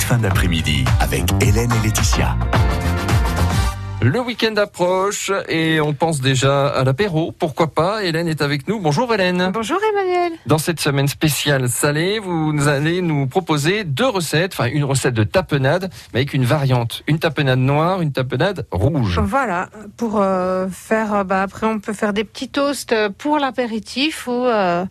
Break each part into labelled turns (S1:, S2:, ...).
S1: fin d'après-midi avec Hélène et Laetitia.
S2: Le week-end approche et on pense déjà à l'apéro. Pourquoi pas Hélène est avec nous. Bonjour Hélène.
S3: Bonjour Emmanuel.
S2: Dans cette semaine spéciale salée, vous allez nous proposer deux recettes, enfin une recette de tapenade, mais avec une variante. Une tapenade noire, une tapenade rouge.
S3: Voilà, pour euh, faire, euh, bah, après on peut faire des petits toasts euh, pour l'apéritif ou euh,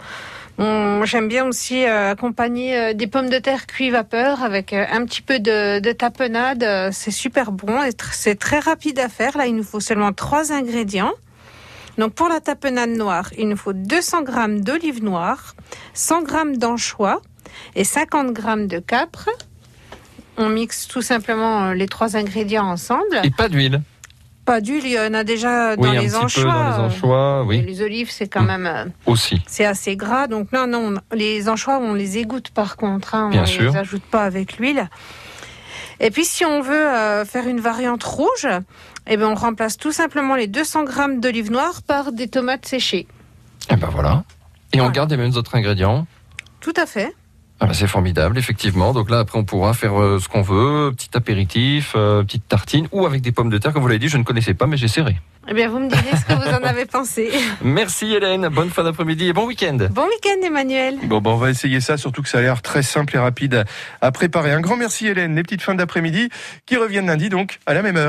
S3: on- j'aime bien aussi euh, accompagner euh, des pommes de terre cuites vapeur avec euh, un petit peu de, de tapenade. Euh, C'est super bon et tr- c'est très rapide à faire. Là, il nous faut seulement trois ingrédients. Donc pour la tapenade noire, il nous faut 200 g d'olives noires, 100 g d'anchois et 50 g de capre. On mixe tout simplement euh, les trois ingrédients ensemble.
S2: Et pas d'huile.
S3: Pas d'huile, il y en a déjà dans,
S2: oui, un
S3: les
S2: petit
S3: anchois, euh.
S2: peu dans les anchois,
S3: Et
S2: oui,
S3: Les olives, c'est quand
S2: Mm.
S3: même euh,
S2: aussi.
S3: c'est assez gras. Donc non, non, on- les anchois, on les égoutte par contre. hein,
S2: Bien
S3: on
S2: sûr.
S3: les ajoute pas avec l'huile. Et puis si on veut euh, faire une variante rouge, eh ben on remplace tout simplement les 200 grammes d'olives noires par des tomates séchées.
S2: Et ben voilà. Et on
S3: Voilà.
S2: garde les mêmes autres ingrédients.
S3: Tout à fait.
S2: Ah ben, c'est formidable, effectivement. Donc là, après, on pourra faire euh, ce qu'on veut, petit apéritif, euh, petite tartine, ou avec des pommes de terre, comme vous l'avez dit, je ne connaissais pas, mais j'essaierai.
S3: Eh bien, vous me direz ce que vous en avez pensé.
S2: Merci Hélène, bonne fin d'après-midi et bon week-end.
S3: Bon week-end, Emmanuel.
S4: Bon, ben, on va essayer ça, surtout que ça a l'air très simple et rapide à- à préparer. Un grand merci Hélène, les petites fins d'après-midi qui reviennent lundi donc à la même heure.